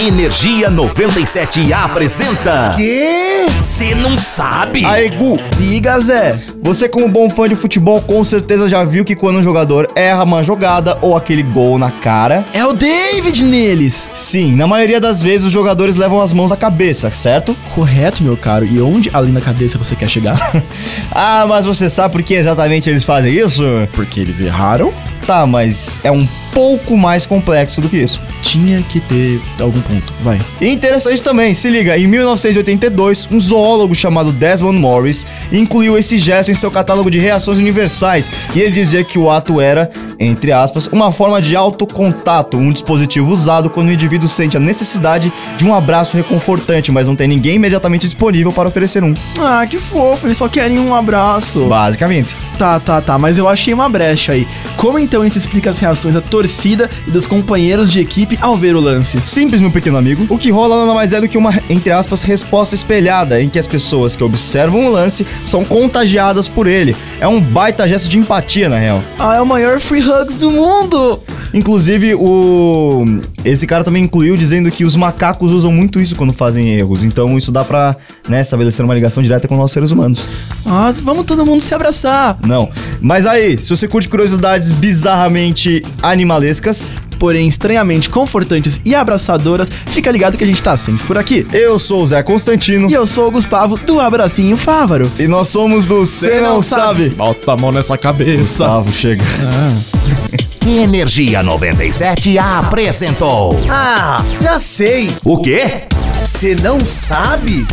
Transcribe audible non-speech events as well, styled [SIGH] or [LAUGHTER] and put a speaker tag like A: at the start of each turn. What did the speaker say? A: Energia 97 apresenta.
B: Quê?
A: Você não sabe?
C: Ah,
B: Aê, Gu, diga Zé. Você, como bom fã de futebol, com certeza já viu que quando um jogador erra uma jogada ou aquele gol na cara.
C: É o David neles!
B: Sim, na maioria das vezes os jogadores levam as mãos à cabeça, certo?
C: Correto, meu caro. E onde além da cabeça você quer chegar?
B: [LAUGHS] ah, mas você sabe por que exatamente eles fazem isso?
C: Porque eles erraram?
B: Tá, mas é um pouco mais complexo do que isso.
C: Tinha que ter algum ponto, vai.
B: E interessante também, se liga, em 1982, um zoólogo chamado Desmond Morris incluiu esse gesto em seu catálogo de reações universais e ele dizia que o ato era, entre aspas, uma forma de autocontato, um dispositivo usado quando o indivíduo sente a necessidade de um abraço reconfortante, mas não tem ninguém imediatamente disponível para oferecer um.
C: Ah, que fofo, eles só querem um abraço.
B: Basicamente.
C: Tá, tá, tá, mas eu achei uma brecha aí. Como então isso explica as reações da torcida e dos companheiros de equipe ao ver o lance?
B: Simples, meu pequeno amigo. O que rola nada mais é do que uma, entre aspas, resposta espelhada, em que as pessoas que observam o lance são contagiadas por ele. É um baita gesto de empatia, na real.
C: Ah, é o maior free hugs do mundo!
B: Inclusive, o. Esse cara também incluiu dizendo que os macacos usam muito isso quando fazem erros. Então isso dá pra né, estabelecer uma ligação direta com nós seres humanos.
C: Ah, vamos todo mundo se abraçar!
B: Não. Mas aí, se você curte curiosidades bizarramente animalescas,
C: porém estranhamente confortantes e abraçadoras, fica ligado que a gente tá sempre por aqui.
B: Eu sou o Zé Constantino.
C: E eu sou o Gustavo do Abracinho Fávaro.
B: E nós somos do Cê Não, não sabe. sabe.
C: Bota a mão nessa cabeça.
B: Gustavo, chega.
A: Ah. Energia 97 apresentou.
B: Ah, já sei.
A: O quê?
B: Você não sabe?